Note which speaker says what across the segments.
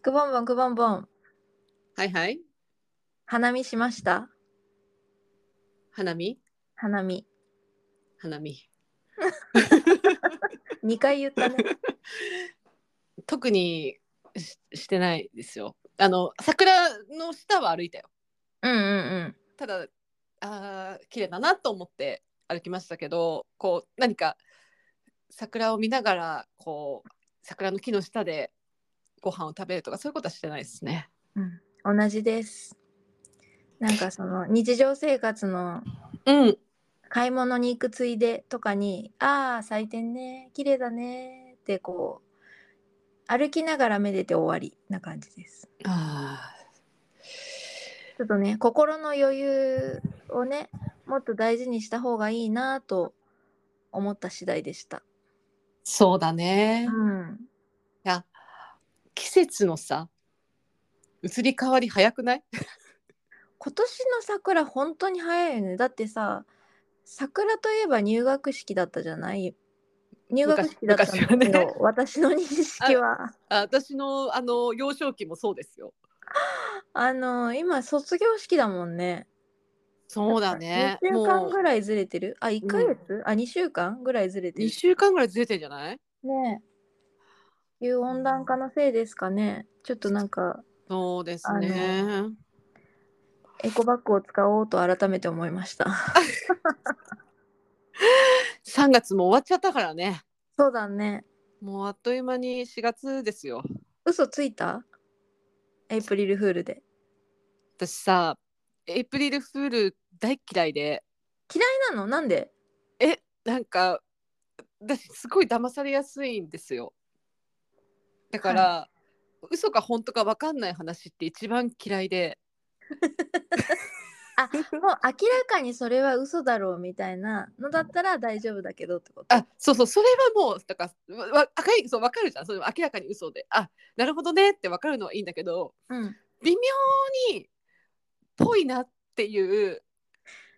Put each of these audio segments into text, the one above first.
Speaker 1: くぼんぼんくぼんぼん
Speaker 2: はいはい。
Speaker 1: 花見しました
Speaker 2: 花見
Speaker 1: 花見
Speaker 2: 花見。
Speaker 1: 2回言 ったね
Speaker 2: 特にししてないですよ。あの、桜の下は歩いたよ。
Speaker 1: うんうんうん
Speaker 2: ただ、あー綺麗だなと思って歩きましたけど、こう、何か桜を見ながら、こう、桜の木の下でご飯を食べるとか、そういうことはしてないですね。
Speaker 1: うん、同じです。なんかその日常生活の
Speaker 2: うん。
Speaker 1: 買い物に行くついでとかに「ああ咲いてんね綺麗だね」ってこう歩きながらめでて終わりな感じです。
Speaker 2: あ
Speaker 1: ちょっとね心の余裕をねもっと大事にした方がいいなと思った次第でした。
Speaker 2: ーそうだね。
Speaker 1: う
Speaker 2: い
Speaker 1: ん、
Speaker 2: や、季節のさ、移り変わり早くない
Speaker 1: 今年の桜本当に早いよねだってさ桜といえば入学式だったじゃない入学式だったんだけど、
Speaker 2: 昔昔はね
Speaker 1: 私の認識は。
Speaker 2: あ私のあの幼少期もそうですよ。
Speaker 1: あの今卒業式だもんね。
Speaker 2: そうだね。
Speaker 1: 2週間
Speaker 2: も
Speaker 1: ぐ
Speaker 2: う
Speaker 1: らいずれてる。あ、1ヶ月、あ、2週間ぐらいずれて
Speaker 2: 二
Speaker 1: る。
Speaker 2: 週間ぐらいずれてんじゃない？
Speaker 1: ねえ。いう温暖化のせいですかね。ちょっとなんか
Speaker 2: そうですね。
Speaker 1: エコバッグを使おうと改めて思いました。
Speaker 2: 三月も終わっちゃったからね。
Speaker 1: そうだね。
Speaker 2: もうあっという間に四月ですよ。
Speaker 1: 嘘ついたエイプリルフールで。
Speaker 2: 私さ、エイプリルフール大嫌いで、
Speaker 1: 嫌いなのなんで
Speaker 2: えなんか私すごい騙されやすいんですよ。だから、嘘か本当かわかんない話って一番嫌いで、
Speaker 1: あ、もう明らかにそれは嘘だろうみたいなのだったら大丈夫だけどってこと。
Speaker 2: あそうそうそれはもうだからわわ赤いそうわかるじゃんそれも明らかに嘘であなるほどねってわかるのはいいんだけど
Speaker 1: うん。
Speaker 2: 微妙にぽいなっていう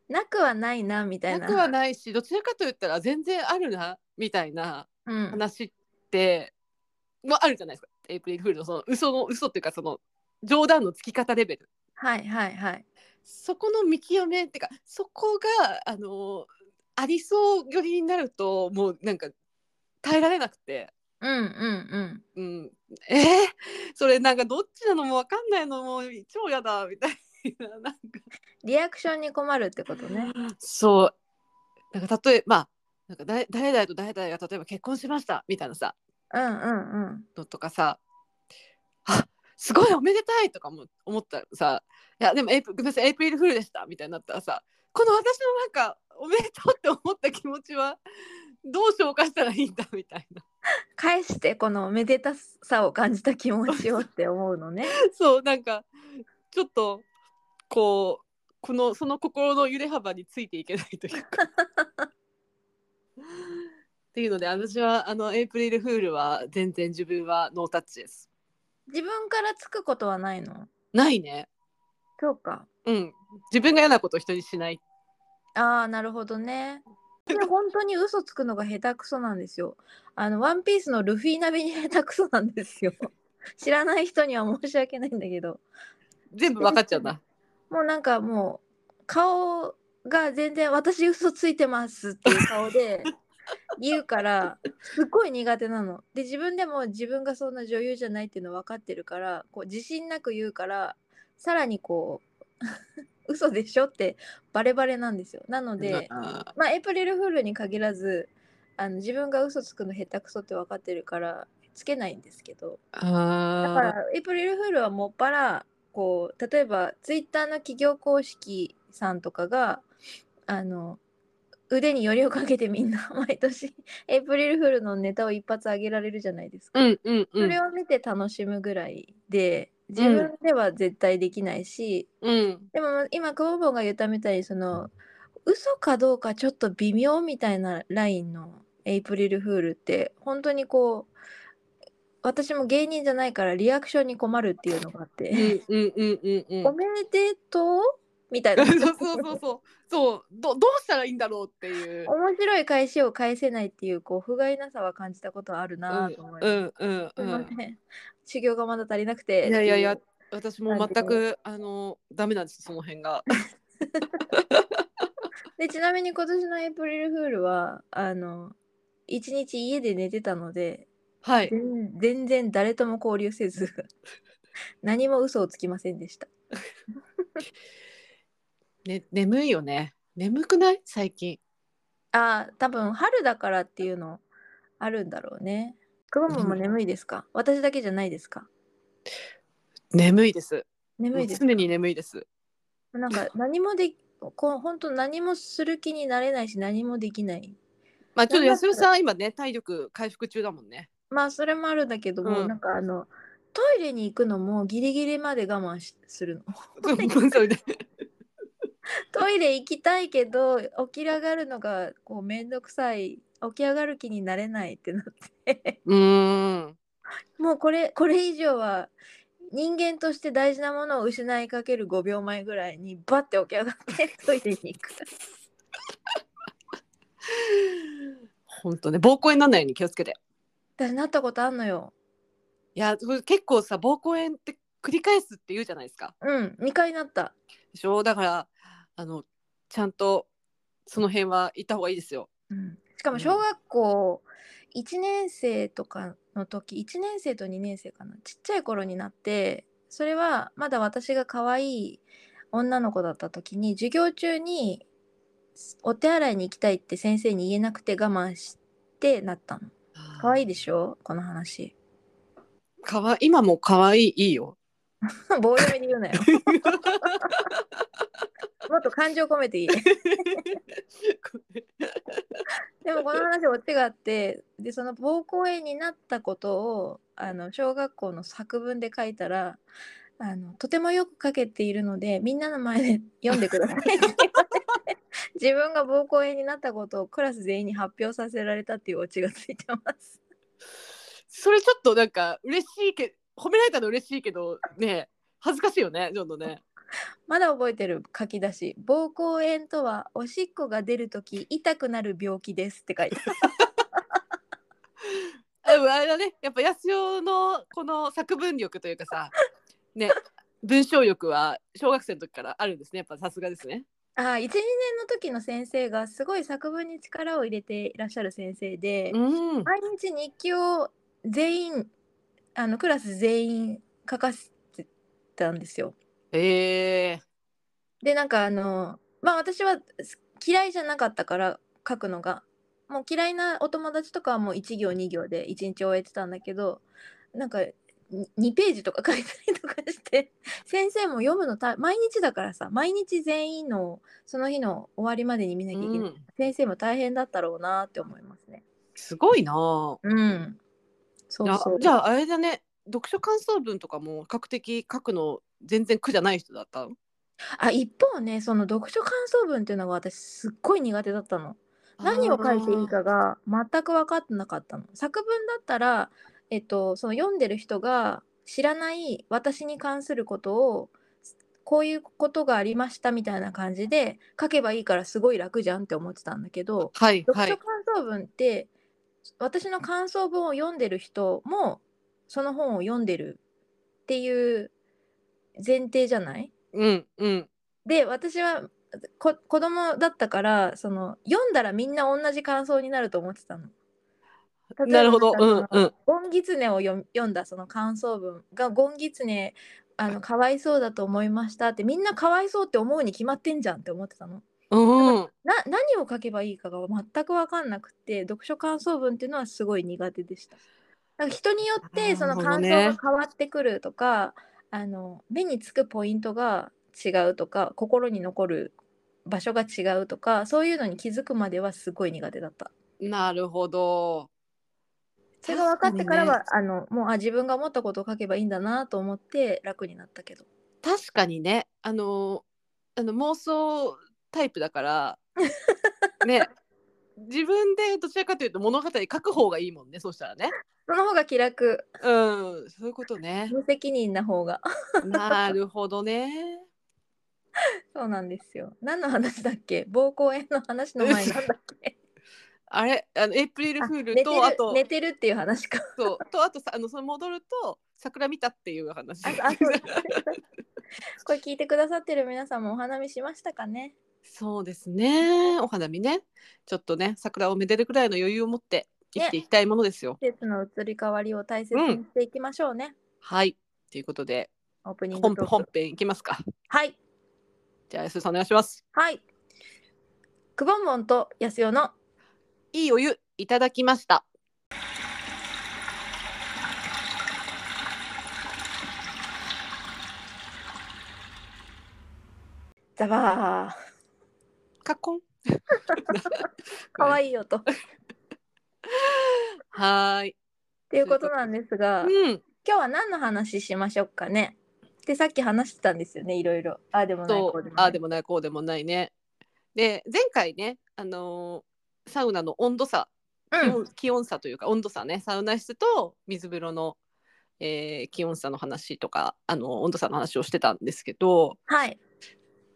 Speaker 1: なくはないなみたい
Speaker 2: な
Speaker 1: な。
Speaker 2: くはないしどちらかと言ったら全然あるなみたいな
Speaker 1: うん。
Speaker 2: 話って、もあるじゃないですかエイプリルフールのその嘘の嘘っていうかその冗談のつき方レベル
Speaker 1: はいはいはい。
Speaker 2: そこの見極めっていうかそこがあのありそう寄りになるともうなんか耐えられなくて。
Speaker 1: うんうんうん。
Speaker 2: うん、えー、それなんかどっちなのもわかんないのも超やだみたいななんか
Speaker 1: リアクションに困るってことね。
Speaker 2: そうなんか例えば、まあ、なんか誰誰々と誰々が例えば結婚しましたみたいなさ
Speaker 1: うんうんうん。
Speaker 2: のとかさあすごいおめでたいとかも思ったらさいやでもエイプごめんなさいエイプリルフールでしたみたいになったらさこの私のなんかおめでとうって思った気持ちはどう消化したらいいんだみたいな
Speaker 1: 返してこのめでたさを感じた気持ちをって思うの ね。
Speaker 2: そうなんかちょっとこうこのその心の揺れ幅についていけないというか。 っていうので私はあのエイプリルフールは全然自分はノータッチです。
Speaker 1: 自分からつくことはないの。
Speaker 2: ないね。
Speaker 1: そうか。
Speaker 2: うん。自分が嫌なことを人にしない。
Speaker 1: ああなるほどね。で本当に嘘つくのが下手くそなんですよ。あのワンピースのルフィ並みに下手くそなんですよ。知らない人には申し訳ないんだけど、
Speaker 2: 全部分かっちゃうんだ。
Speaker 1: もうなんかもう顔が全然私嘘ついてますっていう顔で言うからすっごい苦手なの。で自分でも自分がそんな女優じゃないっていうの分かってるからこう自信なく言うからさらにこう 嘘でしょってバレバレなんですよ。なので、
Speaker 2: あ
Speaker 1: まあ、エイプリルフールに限らずあの自分が嘘つくの下手くそって分かってるからつけないんですけど。だか
Speaker 2: あ
Speaker 1: らエイプリルフールはもっぱらこう例えばツイッターの企業公式さんとかがあの腕によりをかけてみんな毎年 エイプリルフールのネタを一発あげられるじゃないですか、
Speaker 2: うんうんう
Speaker 1: それ
Speaker 2: ん
Speaker 1: を見て楽しむぐらいで自分では絶対できないし、
Speaker 2: うん
Speaker 1: でも今久保坊が言ったみたいにその嘘かどうかちょっと微妙みたいなラインのエイプリルフールって本当にこう私も芸人じゃないからリアクションに困るっていうのがあって「
Speaker 2: うんうんうんうんうん
Speaker 1: おめでとう?」みたいな
Speaker 2: そうそうそうそうそうどどうしたらいいんだろうって いう。
Speaker 1: 面白い返しを返せないっていうこう不甲斐なさは感じたことはあるなと思います。
Speaker 2: うんうん
Speaker 1: す
Speaker 2: う
Speaker 1: い
Speaker 2: ん
Speaker 1: ません修行がまだ足りなくて
Speaker 2: いやいやい
Speaker 1: っ
Speaker 2: や
Speaker 1: て
Speaker 2: 私も全くあのダメなんですその辺が
Speaker 1: いうでちなみに今年のエイプリルフールはあの一日家で寝てたので
Speaker 2: はい
Speaker 1: 全全然誰とも交流せ ず何も嘘をつきませんでした
Speaker 2: ね眠いよね眠くない最近
Speaker 1: あー多分春だからっていうのあるんだろうねくまモンも
Speaker 2: うん
Speaker 1: 眠いですか私だけじゃないですか
Speaker 2: 眠いです
Speaker 1: 眠いですか
Speaker 2: もう常に眠いです
Speaker 1: なんか何もでこう本当何もする気になれないし何もできない
Speaker 2: まあちょっと安代さん今ね体力回復中だもんね
Speaker 1: まあそれもあるんだけども、
Speaker 2: うん
Speaker 1: なんかあのトイレに行くのもギリギリまで我慢しするの
Speaker 2: そうそれで
Speaker 1: トイレ行きたいけど起き上がるのがこうめんどくさい起き上がる気になれないってなって
Speaker 2: うーん
Speaker 1: もうこれ これ以上は人間として大事なものを失いかける5秒前ぐらいにバッて起き上がってトイレに行く
Speaker 2: 本当ね膀胱炎にならないように気をつけて
Speaker 1: 私なったことあんのよ
Speaker 2: いやそう結構さ膀胱炎って繰り返すって言うじゃないですか
Speaker 1: うん2回なった
Speaker 2: でしょだからあのちゃんとその辺は行った方がいいですよ
Speaker 1: しかも小学校1年生とかの時1年生と2年生かなちっちゃい頃になってそれはまだ私が可愛い女の子だった時に授業中にお手洗いに行きたいって先生に言えなくて我慢してなったの可愛いでしょこの話
Speaker 2: かわ今も可愛いいいよ
Speaker 1: 棒読みで言うなよもっと感情込めていいでもこの話オチがあってでその膀胱炎になったことをあの小学校の作文で書いたらあの「とてもよく書けているのでみんなの前で読んでください」って言われて自分が膀胱炎になったことをクラス全員に発表させられたっていうオチがついてます。
Speaker 2: それちょっとなんか嬉しいけ褒められたの嬉しいけどね恥ずかしいよねちょっとね
Speaker 1: まだ覚えてる書き出し「膀胱炎とはおしっこが出るとき痛くなる病気です」って書いてある
Speaker 2: あでもあれだねやっぱ安代のこの作文力というかさね文章力は小学生の時からあるんですねやっぱさすがですね。
Speaker 1: あ12年の時の先生がすごい作文に力を入れていらっしゃる先生で。
Speaker 2: うん
Speaker 1: 毎日日記を全員あのクラス全員書かせてたんですよ。
Speaker 2: えー、
Speaker 1: でなんかあのまあ私はす嫌いじゃなかったから書くのがもう嫌いなお友達とかはもう1行2行で1日終えてたんだけどなんかに2ページとか書いたりとかして 先生も読むのた毎日だからさ毎日全員のその日の終わりまでに見なきゃいけない、
Speaker 2: うん、
Speaker 1: 先生も大変だったろうなって思いますね。
Speaker 2: すごいなあ
Speaker 1: うん、そうそう
Speaker 2: あじゃああれだね読書感想文とかも比較的書くの全然苦じゃない人だったの
Speaker 1: あ一方ねその読書感想文っていうのが私すっごい苦手だったの。何を書いていいかが全く分かってなかったの。作文だったら、えっと、その読んでる人が知らない私に関することをこういうことがありましたみたいな感じで書けばいいからすごい楽じゃんって思ってたんだけど
Speaker 2: はいは
Speaker 1: 読書
Speaker 2: い
Speaker 1: 感想文って、私の感想文を読んでる人もその本を読んでるっていう前提じゃない
Speaker 2: うんうん
Speaker 1: で私はこ子供だったからその読んだらみんな同じ感想になると思ってたの。例えば
Speaker 2: なるほ
Speaker 1: ん
Speaker 2: どう
Speaker 1: か
Speaker 2: んうん
Speaker 1: そのゴンギツネを読み読んだその感想文が「ゴンギツネあのかわいそうだと思いました」ってみんなかわいそうって思うに決まってんじゃんって思ってたの。
Speaker 2: うん
Speaker 1: な何を書けばいいかが全く分かんなくて読書感想文っていうのはすごい苦手でした。なんか人によっ
Speaker 2: なる
Speaker 1: て
Speaker 2: ほ
Speaker 1: そ
Speaker 2: ど
Speaker 1: の
Speaker 2: ね
Speaker 1: 感想が変わってくるとか、あの目につくポイントが違うとか心に残る場所が違うとかそういうのに気づくまではすごい苦手だった。
Speaker 2: なるほど
Speaker 1: それが分かってからは
Speaker 2: 確
Speaker 1: あのもうあ自分が思ったことを書けばいいんだなと思って楽になったけど。
Speaker 2: 確かにねあのあの妄想タイプだから ね自分でどちらかというと物語書く方がいいもんねそうしたらね
Speaker 1: その方が気楽
Speaker 2: うんそういうこ とね
Speaker 1: 無責任な方が
Speaker 2: なるほどね
Speaker 1: そうなんですよ。何の話だっけ膀胱炎の話の前なんだっけ
Speaker 2: あれあのエイプリル
Speaker 1: あ
Speaker 2: フー
Speaker 1: 寝
Speaker 2: ル
Speaker 1: てる
Speaker 2: とあと
Speaker 1: 寝てるっていう話 か。
Speaker 2: そうとあとさあのその戻ると桜見たっていう話
Speaker 1: ああそう これ聞いてくださってる皆さんもお花見しましたかね
Speaker 2: そうですねお花見ねちょっとね桜をめでるくらいの余裕を持って生きていきたいものですよ。
Speaker 1: 季節の移り変わりを大切にしていきましょうね。
Speaker 2: はいということで
Speaker 1: オープニン
Speaker 2: 本
Speaker 1: グト
Speaker 2: 編
Speaker 1: ー
Speaker 2: 本
Speaker 1: ク。
Speaker 2: 編いきますか。
Speaker 1: はい。
Speaker 2: じゃあ安井さんお願いします。
Speaker 1: はい。くぼんぼんとやすよの
Speaker 2: いいお湯いただきました。
Speaker 1: ザバ
Speaker 2: カッコン。
Speaker 1: ー。かわ
Speaker 2: いい。
Speaker 1: いい 音。っ
Speaker 2: はーい。
Speaker 1: ていうことなんですが、
Speaker 2: うん。
Speaker 1: 今日は何の話しましょうかね。で、さっき話してたんですよね、いろいろ。ああでもない、こ
Speaker 2: そうう
Speaker 1: でもない。
Speaker 2: ああでもないこうでもないね。で前回ねあのーサウナの温度差、気
Speaker 1: うん
Speaker 2: 温気温差というか温度差ねサウナ室と水風呂の、えー気温差の話とかあの温度差の話をしてたんですけど
Speaker 1: はい。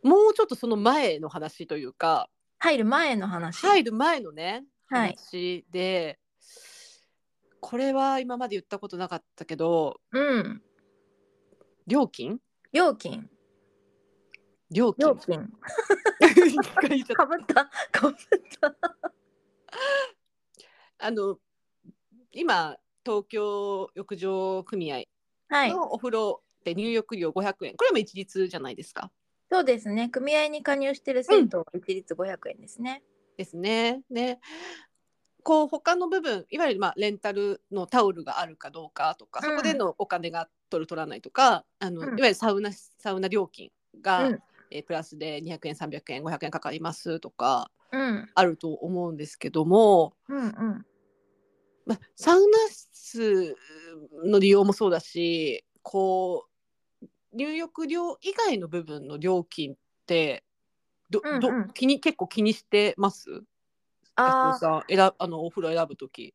Speaker 2: もうちょっとその前の話というか
Speaker 1: 入る前の話。
Speaker 2: 入る前のね
Speaker 1: はい
Speaker 2: 話で、これは今まで言ったことなかったけど
Speaker 1: うん。
Speaker 2: 料金
Speaker 1: 料金。
Speaker 2: 料金
Speaker 1: 料金。
Speaker 2: 一 回言っちゃった
Speaker 1: かぶった。かぶった。
Speaker 2: あの今東京浴場組合
Speaker 1: はい。
Speaker 2: のお風呂で入浴料500円これも一律じゃないですか。
Speaker 1: そうですね。組合に加入してる銭湯は一律500円ですね。
Speaker 2: ですね。ねこう他の部分いわゆるまあレンタルのタオルがあるかどうかとか
Speaker 1: うん
Speaker 2: そこでのお金が取る取らないとか、あの
Speaker 1: うん
Speaker 2: いわゆるサウナサウナ料金が、
Speaker 1: うん
Speaker 2: えープラスで200円300円500円かかりますとか
Speaker 1: うん。
Speaker 2: あると思うんですけども、
Speaker 1: うんうん。
Speaker 2: まあ、サウナ室の利用もそうだしこう入浴料以外の部分の料金ってど、
Speaker 1: うんうん
Speaker 2: ど気に結構気にしてます
Speaker 1: あ
Speaker 2: 安
Speaker 1: あ
Speaker 2: 藤、さん選あのお風呂選ぶとき。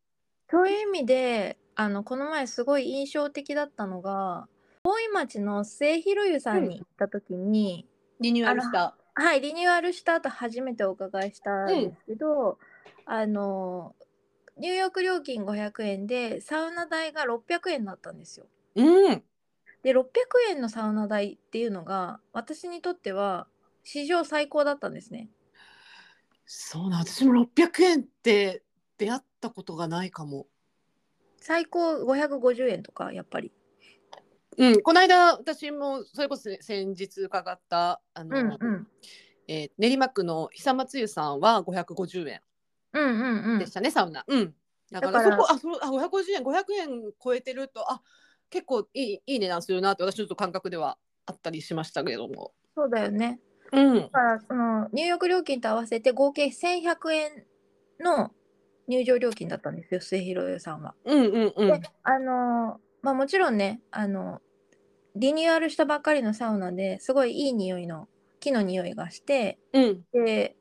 Speaker 1: そういう意味で、あの、この前すごい印象的だったのが、大井町の末広湯さんに行った時に、
Speaker 2: リニューアルした。
Speaker 1: はい、リニューアルした後初めてお伺いしたんですけど、あの、入浴料金500円で、サウナ代が600円だったんですよ。
Speaker 2: うん。
Speaker 1: で、600円のサウナ代っていうのが、私にとっては史上最高だったんですね。
Speaker 2: そうな私も600円って出会ったことがないかも。
Speaker 1: 最高550円とかやっぱり
Speaker 2: うん、この間私もそれこそ先日伺ったあの、
Speaker 1: うん
Speaker 2: えー練馬区の久松湯さんは550円
Speaker 1: うんうんう
Speaker 2: でしたね、サウナ。うん。だか
Speaker 1: だ
Speaker 2: ら
Speaker 1: から
Speaker 2: そこあそうあ550円500円超えてるとあ結構いいいい値段するなって私ちょっと感覚ではあったりしましたけれども。
Speaker 1: そうだよね
Speaker 2: うん
Speaker 1: だ。からその入浴料金と合わせて合計1100円の入場料金だったんですよ末広湯さんは。
Speaker 2: うんうんうん
Speaker 1: で。あのーまあもちろんねあのリニューアルしたばっかりのサウナですごいいい匂いの木の匂いがして
Speaker 2: うん。
Speaker 1: で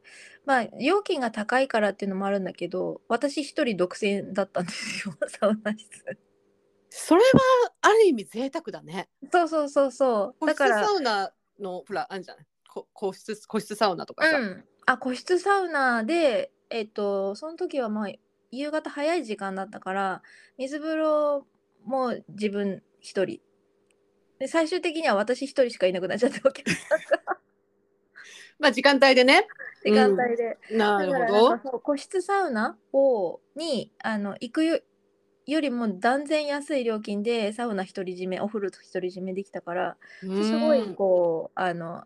Speaker 1: まあ料金が高いからっていうのもあるんだけど私一人独占だったんですよ サウナ室。
Speaker 2: それはある意味贅沢だね。
Speaker 1: そうそうそうそう
Speaker 2: 個
Speaker 1: だ
Speaker 2: 室
Speaker 1: から
Speaker 2: サウナのほらあんじゃないこ個室個室サウナとかさ、
Speaker 1: うん、あ個室サウナで、えっと、その時はまあ夕方早い時間だったから水風呂も自分一人で最終的には私一人しかいなくなっちゃったわけ
Speaker 2: まあ時間帯でね
Speaker 1: 時間帯で、
Speaker 2: な
Speaker 1: だから
Speaker 2: る
Speaker 1: な
Speaker 2: ほ
Speaker 1: んかそう個室サウナをにあの行くよよりも断然安い料金でサウナ独り占めお風呂独り占めできたから
Speaker 2: ど
Speaker 1: すご
Speaker 2: う
Speaker 1: い
Speaker 2: ん
Speaker 1: こうあの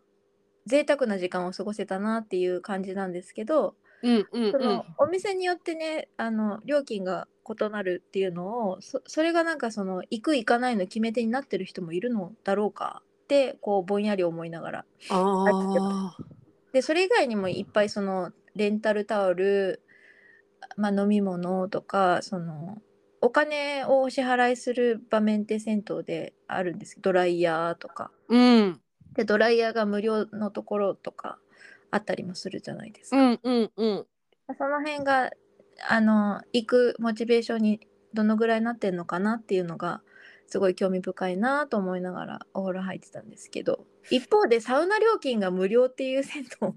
Speaker 1: 贅沢な時間を過ごせたなっていう感じなんですけど
Speaker 2: うんうん
Speaker 1: そ
Speaker 2: うん
Speaker 1: のお店によってねあの料金が異なるっていうのをそそれがなんかその行く行かないの決め手になってる人もいるのだろうかってこうぼんやり思いながら
Speaker 2: あー
Speaker 1: でそれ以外にもいっぱいそのレンタルタオル、まあ、飲み物とかそのお金をお支払いする場面って銭湯であるんですけどドライヤーとか
Speaker 2: うん
Speaker 1: でドライヤーが無料のところとかあったりもするじゃないですか
Speaker 2: う。んうんうん
Speaker 1: その辺があの行くモチベーションにどのぐらいなってんのかなっていうのがすごい興味深いなと思いながらお風呂入ってたんですけど一方でサウナ料金が無料っていう銭湯も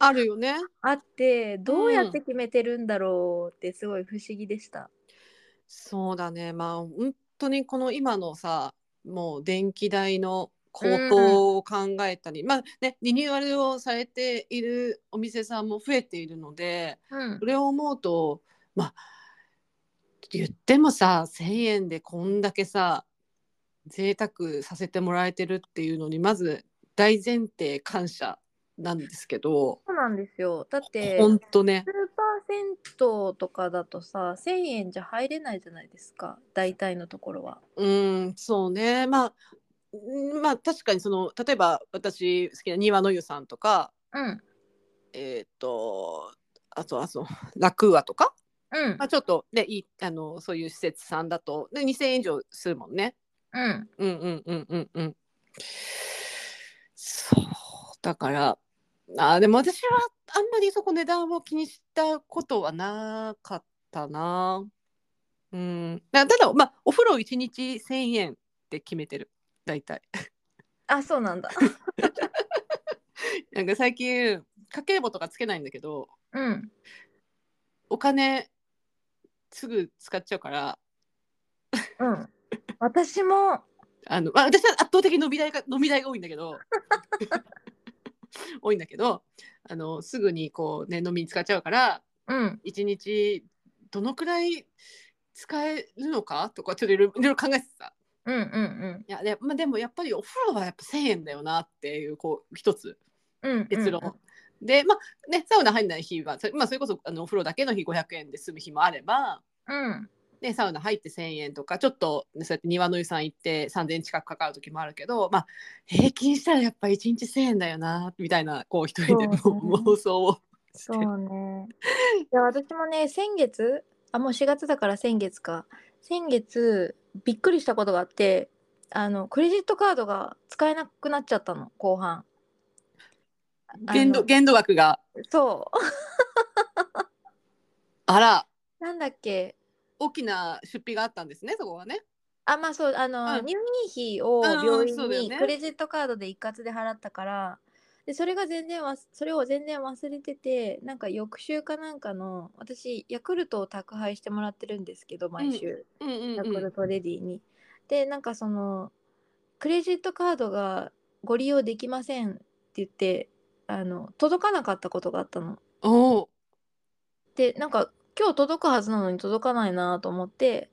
Speaker 2: あるよね
Speaker 1: あってどうやって決めてるんだろうってすごい不思議でした。
Speaker 2: そうだねまあ本当にこの今のさもう電気代の高騰を考えたり、まあねリニューアルをされているお店さんも増えているので
Speaker 1: うん
Speaker 2: そ、れを思うとまあ言ってもさ1,000円でこんだけさ贅沢させてもらえてるっていうのにまず大前提感謝なんですけど
Speaker 1: そうなんですよだってス
Speaker 2: ほ
Speaker 1: ー
Speaker 2: んとね
Speaker 1: パー銭湯とかだとさ1,000円じゃ入れないじゃないですか大体のところは。
Speaker 2: うん、そうね。まあ、うんまあ確かにその例えば私好きな庭の湯さんとか、
Speaker 1: うん
Speaker 2: えっ、とあとあそう楽和とか、
Speaker 1: うん
Speaker 2: まあちょっとねいいあのそういう施設さんだとで2000円以上するもんね。
Speaker 1: うん
Speaker 2: うんうんうんうんうん。そうだから。あーでも私はあんまりそこ値段を気にしたことはなかったな。うん、だただ、まあ、お風呂1日1,000円って決めてる大体。
Speaker 1: あそうなんだ。
Speaker 2: なんか最近家計簿とかつけないんだけど
Speaker 1: うん
Speaker 2: お金すぐ使っちゃうから
Speaker 1: うん、私も
Speaker 2: あの、まあ、私は圧倒的に飲み代が飲み代が多いんだ けど多いんだけどあのすぐにこうね飲みに使っちゃうから
Speaker 1: うん
Speaker 2: 一日どのくらい使えるのかとかちょっといろいろいろいろ考えてた。
Speaker 1: うんうん
Speaker 2: いやで,、まあ、でもやっぱりお風呂はやっぱ1,000円だよなっていうこう一つ
Speaker 1: うんうん
Speaker 2: 結論。でまあねサウナ入んない日は、そまあ、それこそあのお風呂だけの日500円で済む日もあれば、
Speaker 1: うん
Speaker 2: ね、サウナ入って1,000円とかちょっとねそうやって庭の湯さん行って3,000円近くかかる時もあるけど、まあ、平均したらやっぱ1日1,000円だよなみたいなこう一人でも
Speaker 1: そうね
Speaker 2: 妄想をして
Speaker 1: そう ね。いや私もね先月あもう4月だから先月か先月びっくりしたことがあってあのクレジットカードが使えなくなっちゃったの後半。あ
Speaker 2: 限度
Speaker 1: の
Speaker 2: 限度額が
Speaker 1: そ
Speaker 2: あら
Speaker 1: う なんだっけ
Speaker 2: 大きな出費があったんですねそこはね。
Speaker 1: あまあそうあの、
Speaker 2: うん
Speaker 1: 入院費を
Speaker 2: うんうん
Speaker 1: 病院
Speaker 2: そうだよ
Speaker 1: に
Speaker 2: ね
Speaker 1: クレジットカードで一括で払ったから、でそれが全然わすそれを全然忘れててなんか翌週かなんかの私ヤクルトを宅配してもらってるんですけど毎週、
Speaker 2: うんうん
Speaker 1: ヤ
Speaker 2: う
Speaker 1: ク
Speaker 2: ん
Speaker 1: ルトレディに。でなんかそのクレジットカードがご利用できませんって言ってあの届かなかったことがあったの。
Speaker 2: おー
Speaker 1: でなんか今日届くはずなのに届かないなと思って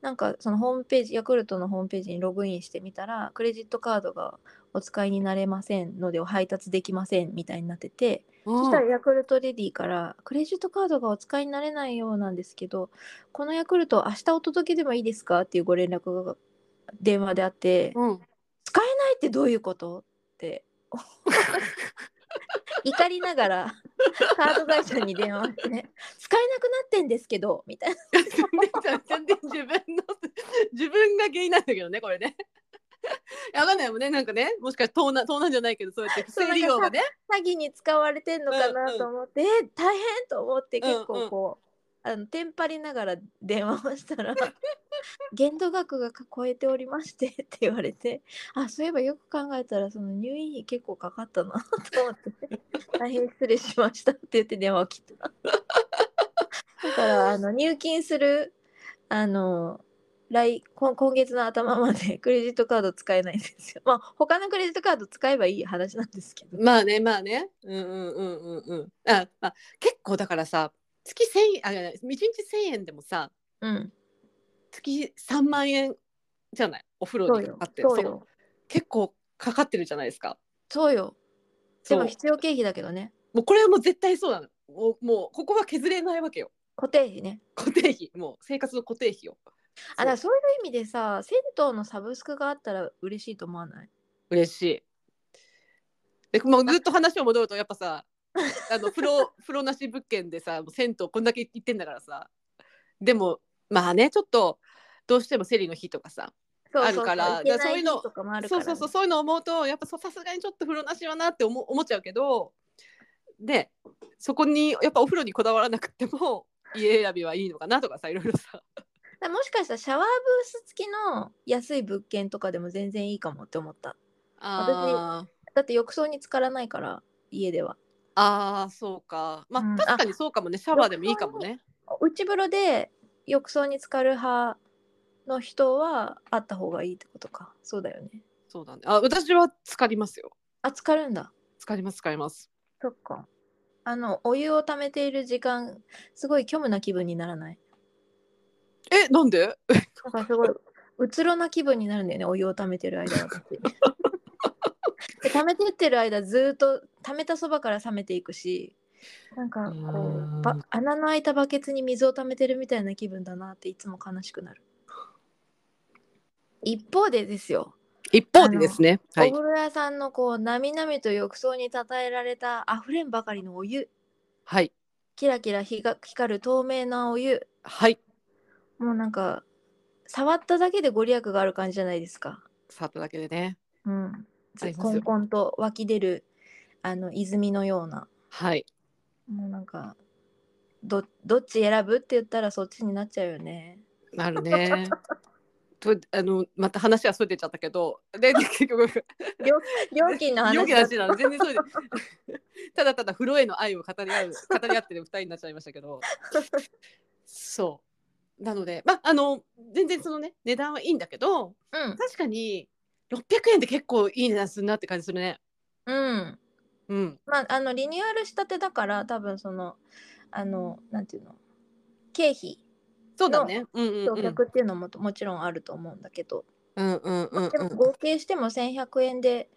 Speaker 1: なんかそのホームページヤクルトのホームページにログインしてみたらクレジットカードがお使いになれませんのでお配達できませんみたいになっててそしたらヤクルトレディからクレジットカードがお使いになれないようなんですけどこのヤクルト明日お届けでもいいですかっていうご連絡が電話であって
Speaker 2: うん うん
Speaker 1: 使えないってどういうことってお怒りながらカード会社に電話して、ね、使えなくなってんですけどみたいな
Speaker 2: 全然全然自分の 自分が原因なんだけどねこれね。 いやわかんないもんねなんかねもしかして盗難盗難じゃないけどそうやって不正利用がね
Speaker 1: 詐欺に使われてんのかなと思って、え大変と思って結構こう、あのテンパりながら電話をした ら限度額が超えておりましてって言われてあそういえばよく考えたらその入院費結構かかったなと思 って大変失礼しましたって言って電話を切っただからあの入金するあの来今今月の頭までクレジットカード使えないんですよ。まあ他のクレジットカード使えばいい話なんですけど。
Speaker 2: まあねまあねうんうんうんうんうんあ、まあ、結構だからさ月1,000円あいやいや1日1,000円でもさ
Speaker 1: うん、
Speaker 2: 月3万円じゃないお風
Speaker 1: そう
Speaker 2: 呂にか
Speaker 1: よ
Speaker 2: かって。
Speaker 1: そうよ。
Speaker 2: 結構かかってるじゃないですか
Speaker 1: そうよ。で
Speaker 2: そう
Speaker 1: も必要経費だけどね。
Speaker 2: もうこれはもう絶対そうなのもうもうここは削れないわけよ
Speaker 1: 固定費ね。
Speaker 2: 固定費もう生活の固定費を
Speaker 1: あ、だからそういう意味でさ、銭湯のサブスクがあったら嬉しいと思わない
Speaker 2: 嬉しい。でもうずっと話を戻るとやっぱさ あの風呂風呂なし物件でさもう銭湯こんだけ行ってんだからさでもまあねちょっとどうしても生理の日とかさ
Speaker 1: そうそう
Speaker 2: あるから
Speaker 1: いけな
Speaker 2: そういうの
Speaker 1: 日とかもあるから
Speaker 2: そう
Speaker 1: ね、
Speaker 2: そうそうそういうのを思うとやっぱそうさすがにちょっと風呂なしはなって思思っちゃうけどでそこにやっぱお風呂にこだわらなくても 家選びはいいのかなとかさいろいろさ
Speaker 1: だからもしかしたらシャワーブース付きの安い物件とかでも全然いいかもって思った。
Speaker 2: あー
Speaker 1: だって浴槽に浸からないから、家では。
Speaker 2: ああそうかまあ、
Speaker 1: うん
Speaker 2: 確かにそうかもねシャワーでもいいかもね
Speaker 1: 内風呂で浴槽に浸かる派の人はあった方がいいってことかそうだよね
Speaker 2: そうだねあ私は浸かりますよ
Speaker 1: あ浸かるんだ
Speaker 2: 浸かります浸かります
Speaker 1: そっかあのお湯を溜めている時間すごい虚無な気分にならない
Speaker 2: えなんで
Speaker 1: なんかすごいうつろな気分になるんだよねお湯を溜めてる間私で溜めてってる間ずーっと溜めたそばから冷めていくしなんかこ
Speaker 2: うん
Speaker 1: うば穴の開いたバケツに水を溜めてるみたいな気分だなっていつも悲しくなる一方でですよ
Speaker 2: 一方でですねはい
Speaker 1: お風呂屋さんのこうなみなみと浴槽にたたえられたあふれんばかりのお湯
Speaker 2: はい
Speaker 1: キラキラ日が光る透明なお湯
Speaker 2: はい
Speaker 1: もうなんか触っただけでご利益がある感じじゃないですか。
Speaker 2: 触っただけでね
Speaker 1: うん、
Speaker 2: ありますよ
Speaker 1: コンコンと湧き出るあの泉のような
Speaker 2: はい
Speaker 1: もうなんかどどっち選ぶって言ったらそっちになっちゃうよ ね。
Speaker 2: なるね とあのまた話はそれてっちゃったけどで結局
Speaker 1: 料金の話
Speaker 2: よき
Speaker 1: だ
Speaker 2: 話なの全然そうで ただただ風呂への愛を語り合う語り合ってる二人になっちゃいましたけどそうなのでまああの全然そのね値段はいいんだけど
Speaker 1: うん
Speaker 2: 確かに600円って結構いい値段するなって感じするね
Speaker 1: うん
Speaker 2: うん
Speaker 1: まああのリニューアルしたてだから多分そのあのなんていうの経費
Speaker 2: そうだねうんうんうん
Speaker 1: 焼却っていうのももちろんあると思うんだけど、
Speaker 2: うんうんうん
Speaker 1: でも
Speaker 2: うん
Speaker 1: 合計しても1100円で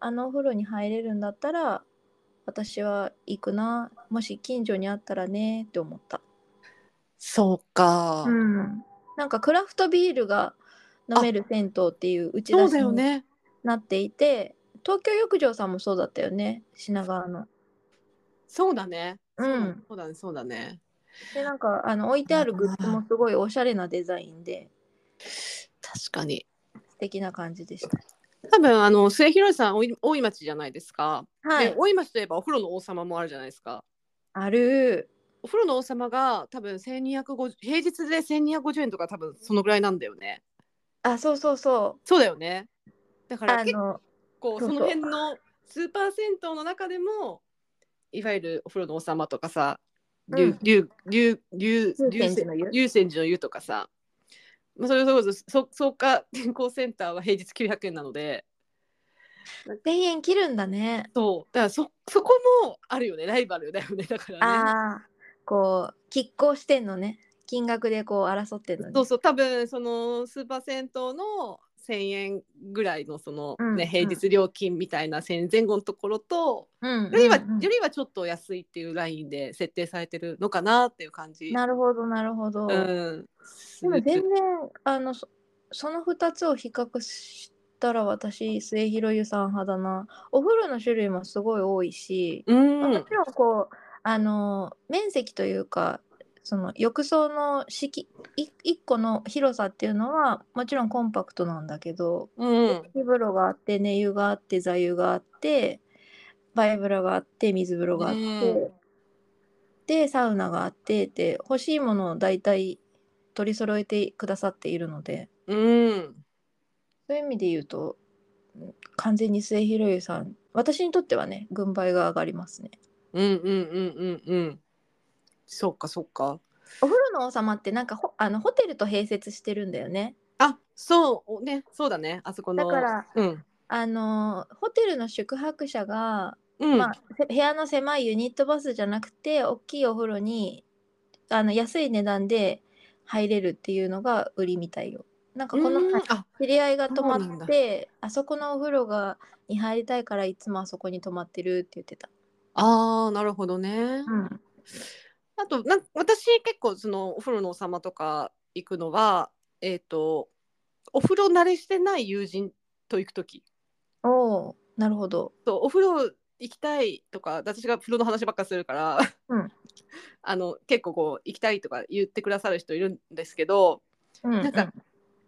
Speaker 1: あのお風呂に入れるんだったら私は行くなもし近所にあったらねって思った、
Speaker 2: そうか
Speaker 1: うん、なんかクラフトビールが飲める銭湯っていう打ち
Speaker 2: そう
Speaker 1: 出し
Speaker 2: だよ
Speaker 1: に
Speaker 2: ね
Speaker 1: なっていて、東京浴場さんもそうだったよね品川の。
Speaker 2: そうだね
Speaker 1: うん
Speaker 2: そうだねそうだね
Speaker 1: でなんかあの置いてあるグッズもすごいおしゃれなデザインで
Speaker 2: 確かに
Speaker 1: 素敵な感じでした。
Speaker 2: 多分あの末広さん大井大井町じゃないですか、
Speaker 1: は
Speaker 2: で
Speaker 1: い、
Speaker 2: 大井町といえばお風呂の王様もあるじゃないですか
Speaker 1: ある
Speaker 2: お風呂の王様が多分1250平日で1250円とか多分そのぐらいなんだよね
Speaker 1: あそうそうそ
Speaker 2: そうだよねだか
Speaker 1: うあ
Speaker 2: ら結
Speaker 1: の
Speaker 2: 構
Speaker 1: そ
Speaker 2: そ
Speaker 1: そ
Speaker 2: う
Speaker 1: う
Speaker 2: の辺のスーパー銭湯の中でもいわゆるお風呂の王様とかさ
Speaker 1: うん
Speaker 2: 竜竜竜竜
Speaker 1: 龍
Speaker 2: 竜
Speaker 1: 泉寺の湯
Speaker 2: 竜泉寺の湯とかさまあそれこそそ創価健康センターは平日900円なので
Speaker 1: 1000円切るんだね。
Speaker 2: そうだからそそこもあるよねライバルだよねだ からね。
Speaker 1: ああ、こう拮抗してんのね。金額でこう争ってんのね。
Speaker 2: そうそう多分そのスーパー銭湯の1,000円ぐらいのその、
Speaker 1: うんう
Speaker 2: ね
Speaker 1: ん
Speaker 2: 平日料金みたいな1,000円前後のところと、
Speaker 1: うんうん
Speaker 2: よりは
Speaker 1: うん
Speaker 2: よりはちょっと安いっていうラインで設定されてるのかなっていう感じ。
Speaker 1: なるほどなるほど。
Speaker 2: うん、
Speaker 1: でも全然あのそその2つを比較したら私末広湯さん派だな。お風呂の種類もすごい多いし、
Speaker 2: うん、
Speaker 1: もちろんこうあの面積というか。その浴槽の敷1個の広さっていうのはもちろんコンパクトなんだけど
Speaker 2: うん、
Speaker 1: 火風呂があって寝湯があって座湯があってバイブラがあって水風呂があって、
Speaker 2: うん
Speaker 1: でサウナがあってで欲しいものを大体取り揃えてくださっているので
Speaker 2: うん、
Speaker 1: そういう意味で言うとうん完全に末広湯さん私にとってはね軍配が上がりますね。
Speaker 2: うん、うん、うん、うん、うん。そうか、そうか。
Speaker 1: お風呂の王様ってなんかほあのホテルと併設してるんだよね。
Speaker 2: あ、そう、おね、そうだね、あそこの。
Speaker 1: だから
Speaker 2: うん、
Speaker 1: あのホテルの宿泊者が
Speaker 2: うん、
Speaker 1: まあ、せ部屋の狭いユニットバスじゃなくて大きいお風呂にあの安い値段で入れるっていうのが売りみたいよ。なんかこの
Speaker 2: うん
Speaker 1: 前
Speaker 2: あ、
Speaker 1: 知り合いが泊ま
Speaker 2: そうなん
Speaker 1: っ
Speaker 2: だ
Speaker 1: てあそこのお風呂がに入りたいからいつもあそこに泊まってるって言ってた。
Speaker 2: あー、なるほどね。
Speaker 1: うん、
Speaker 2: あとなん私結構そのお風呂の王様とか行くのはえっ、とお風呂慣れしてない友人と行く時
Speaker 1: おおなるほど。
Speaker 2: とお風呂行きたいとか私が風呂の話ばっかするから、
Speaker 1: うん
Speaker 2: あの結構こう行きたいとか言ってくださる人いるんですけど
Speaker 1: うん
Speaker 2: なんか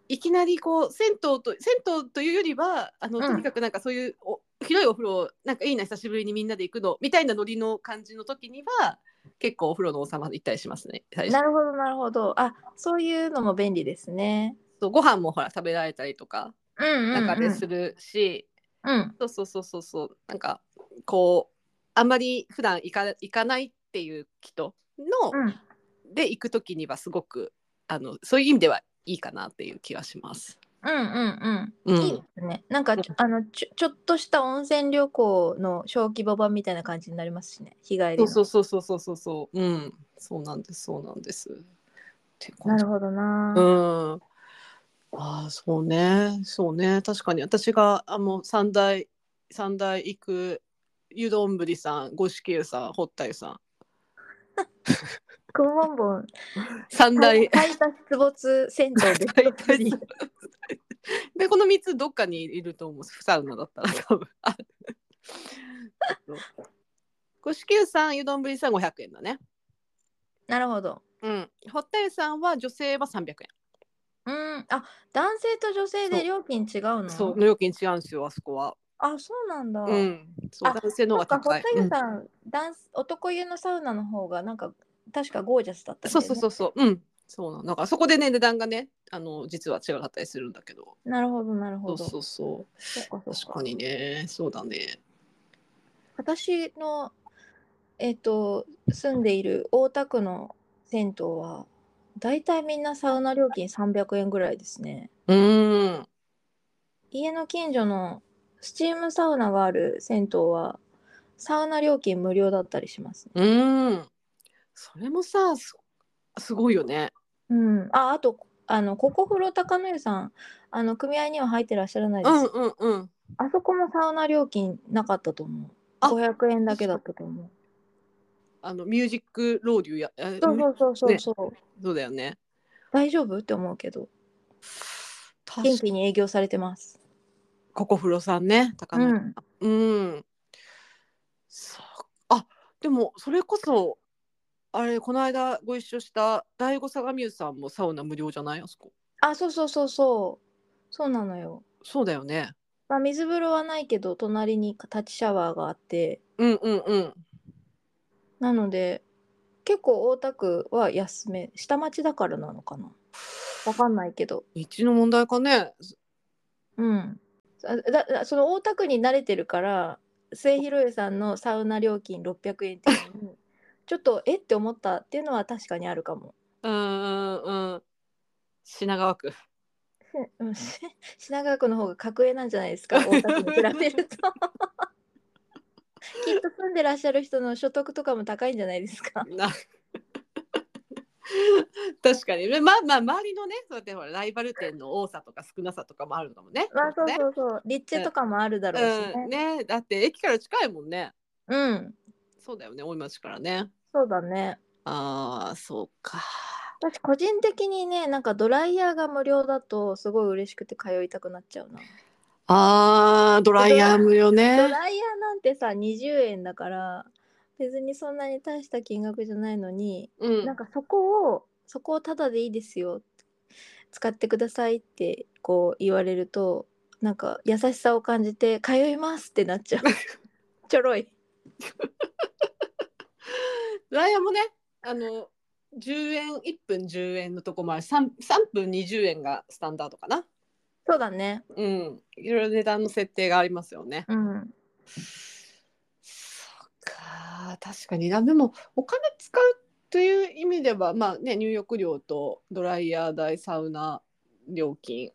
Speaker 2: いきなりこう銭湯と銭湯というよりはあの
Speaker 1: うん
Speaker 2: とにかくなんかそういうお広いお風呂なんかいいな久しぶりにみんなで行くのみたいなノリの感じの時には結構お風呂の王様行ったりしますね。最
Speaker 1: うん
Speaker 2: 初
Speaker 1: なるほどなるほど。あそういうのも便利ですね。
Speaker 2: そうご飯もほら食べられたりとか
Speaker 1: うんうん、う
Speaker 2: なん
Speaker 1: ん、
Speaker 2: かでするし、
Speaker 1: うん
Speaker 2: そうそうそうそうそうなんかこあんまり普段行か行かないっていう人の、
Speaker 1: うん
Speaker 2: で行く時にはすごくあのそういう意味ではいいかなっていう気はします。
Speaker 1: うんうんう
Speaker 2: う
Speaker 1: ん。いいで
Speaker 2: ん、
Speaker 1: すね。なんかちょ
Speaker 2: うん
Speaker 1: あのちょちょっとした温泉旅行の小規模版みたいな感じになりますしね。日帰り
Speaker 2: そ
Speaker 1: の
Speaker 2: うそうそうそうそうそうそう、うん、そうなんですそうなんです。って
Speaker 1: な
Speaker 2: 感じ
Speaker 1: るほどな。
Speaker 2: うん。ああ、そうね、そうね、確かに私が、あ、もう三代、三代行く。湯丼ぶりさん、五色湯さん、堀田湯さん。
Speaker 1: くんぼんぼん。
Speaker 2: 三
Speaker 1: 最
Speaker 2: 大。
Speaker 1: 多出没銭湯で
Speaker 2: 大体そう で、この三つどっかにいると思う、サウナだったら、多分。あそう五色湯さん、湯丼ぶりさん、五百円だね。
Speaker 1: なるほど。
Speaker 2: うん、堀田湯さんは女性は三百円。
Speaker 1: うん。あ男性と女性
Speaker 2: そ
Speaker 1: で
Speaker 2: う
Speaker 1: 料金違うの
Speaker 2: そう、料金違うんですよ、あそこは。
Speaker 1: あそうなんだ。
Speaker 2: うん、そう、
Speaker 1: あ
Speaker 2: 男性の
Speaker 1: なん
Speaker 2: 方
Speaker 1: か
Speaker 2: が高
Speaker 1: 北
Speaker 2: い。
Speaker 1: 海道さん、ダンス男湯のサウナの方がなんか確かゴージャスだったみたい
Speaker 2: そ
Speaker 1: うな、
Speaker 2: そうそうそう、うん、そうなの。なんかそこでね、値段がね、あの実は違かったりするんだけど。
Speaker 1: なるほどなる
Speaker 2: そ
Speaker 1: ほ
Speaker 2: う
Speaker 1: ど。
Speaker 2: そうそ
Speaker 1: そっか
Speaker 2: う。
Speaker 1: そっ
Speaker 2: 確
Speaker 1: か
Speaker 2: かにね、そうだね。
Speaker 1: 私のえっ、と住んでいる大田区の銭湯はだいたいみんなサウナ料金300円ぐらいですね。
Speaker 2: うーん。
Speaker 1: 家の近所のスチームサウナがある銭湯はサウナ料金無料だったりしますね。
Speaker 2: うーん。それもさ、すすごいよね。
Speaker 1: うん。ああとあのここ風呂高野湯さんあの組合には入ってらっしゃらないで
Speaker 2: う
Speaker 1: すよね
Speaker 2: んうんうん。
Speaker 1: あそこもサウナ料金なかったと思う。
Speaker 2: あ
Speaker 1: 500円だけだったと思う。
Speaker 2: あのミュージックローデュや、え
Speaker 1: そうそうそうそう
Speaker 2: ね
Speaker 1: そう、
Speaker 2: そうだよね。
Speaker 1: 大丈夫って思うけど、
Speaker 2: 確
Speaker 1: 元
Speaker 2: か
Speaker 1: 気に営業されてます。
Speaker 2: ここ風呂さんね、高
Speaker 1: う
Speaker 2: 野。
Speaker 1: ん。
Speaker 2: うん。そうあでもそれこそあれこの間ご一緒した第五相模湯さんもサウナ無料じゃないあそこ。
Speaker 1: あ、そうそうそうそう。そうなのよ。
Speaker 2: そうだよね。
Speaker 1: まあ、水風呂はないけど、隣に立ちシャワーがあって、
Speaker 2: うんうんうん。
Speaker 1: なので、結構大田区は安め。下町だからなのかな。わかんないけど。
Speaker 2: 道の問題かね。
Speaker 1: うん。あだだその大田区に慣れてるから末広湯さんのサウナ料金600円っていうのにちょっとえって思ったっていうのは確かにあるかも。
Speaker 2: うんうんうん。品川区。
Speaker 1: うん品川区の方が格上なんじゃないですか大田区に比べる と。きっと住んでらっしゃる人の所得とかも高いんじゃないですか。
Speaker 2: な 確かに。まあまあ周りのね、そうやってほらライバル店の多さとか少なさとかもあるのかもね。
Speaker 1: まあそう
Speaker 2: ね
Speaker 1: そうそう、立地とかもあるだろうし
Speaker 2: うん、
Speaker 1: ね。
Speaker 2: ねだって駅から近いもんね。
Speaker 1: うん、
Speaker 2: そうだよね、大井町からね。
Speaker 1: そうだね。
Speaker 2: ああ、そうか。
Speaker 1: 私個人的にね、なんかドライヤーが無料だとすごい嬉しくて通いたくなっちゃうな。
Speaker 2: ああ、ドライヤー無料
Speaker 1: ド
Speaker 2: ね。
Speaker 1: ライヤーなんてさ20円だから別にそんなに大した金額じゃないのに、
Speaker 2: うん
Speaker 1: なんかそこをそこをタダでいいですよ使ってくださいってこう言われるとなんか優しさを感じて通いますってなっ ちゃうちょろい
Speaker 2: ドライヤーもね、あの10円1分10円のとこもある 3, 3分20円がスタンダードかな。
Speaker 1: そうだね
Speaker 2: うん、いろいろ値段の設定がありますよね。
Speaker 1: うん
Speaker 2: そっか、確かにな。でもお金使うという意味では、まあね、入浴料とドライヤー代、サウナ料金、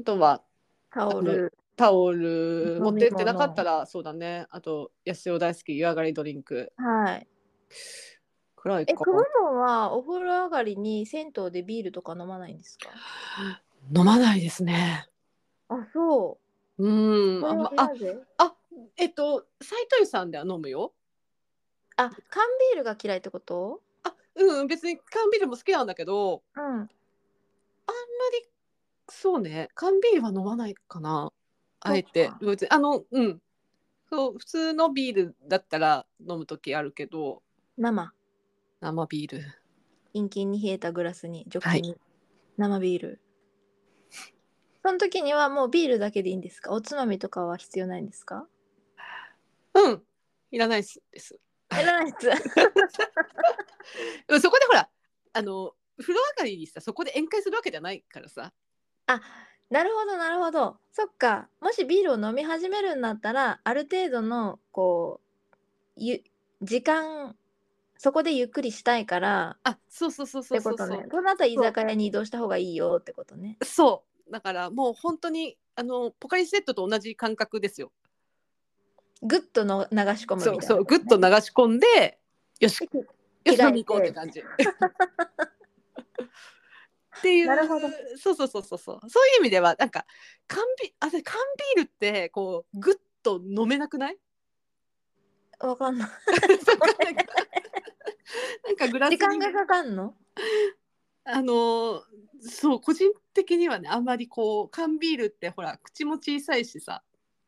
Speaker 2: あとは
Speaker 1: タオル
Speaker 2: タオル
Speaker 1: 飲み
Speaker 2: 持
Speaker 1: 物
Speaker 2: ってってなかったら、そうだね。あと安代大好き湯上がりドリンク
Speaker 1: はい
Speaker 2: くらい
Speaker 1: え
Speaker 2: か
Speaker 1: くぼもんはお風呂上がりに銭湯でビールとか飲まないんですか
Speaker 2: 飲まないですね。、
Speaker 1: あそううんこ
Speaker 2: あ
Speaker 1: れ
Speaker 2: ん
Speaker 1: は
Speaker 2: まあ
Speaker 1: なぜ
Speaker 2: あえっと斎藤さんでは飲むよ
Speaker 1: あ缶ビールが嫌いってこと
Speaker 2: あうん別に缶ビールも好きなんだけど
Speaker 1: うん
Speaker 2: あんまりそうね缶ビールは飲まないかなあえて
Speaker 1: そっか
Speaker 2: 別にあのうんそう普通のビールだったら飲む時あるけど
Speaker 1: 生
Speaker 2: 生ビール
Speaker 1: キンキンに冷えたグラスに除
Speaker 2: は
Speaker 1: 菌
Speaker 2: い
Speaker 1: に、生ビールその時にはもうビールだけでいいんですかおつまみとかは必要ないんですか
Speaker 2: うんい らないですです
Speaker 1: いらないです
Speaker 2: でもそこでほらあの風呂上がりにさそこで宴会するわけじゃないからさ
Speaker 1: あなるほどなるほどそっかもしビールを飲み始めるんだったらある程度のこうゆ時間そこでゆっくりしたいから
Speaker 2: あそうそうそう
Speaker 1: っ
Speaker 2: そう
Speaker 1: て
Speaker 2: そ
Speaker 1: こ
Speaker 2: うそ
Speaker 1: と
Speaker 2: う、
Speaker 1: ねそうなったら居酒屋に移動した方がいいよってことね
Speaker 2: そうだからもう本当にあのポカリスエットと同じ感覚ですよ。
Speaker 1: ぐっとの流し込むみたいな、
Speaker 2: そうそうグッと流し込んでよし
Speaker 1: で
Speaker 2: よ
Speaker 1: 着替え
Speaker 2: して飲み行こうって感じ。っていう
Speaker 1: なるほど
Speaker 2: そうそうそうそうそうそういう意味ではなんか缶ビあで缶ビールってこうグッと飲めなくない
Speaker 1: わかんない
Speaker 2: なんかなんかグラス
Speaker 1: 時
Speaker 2: に
Speaker 1: 間がかかんの
Speaker 2: あのーそう個人的にはねあんまりこう缶ビールってほら口も小さいしさ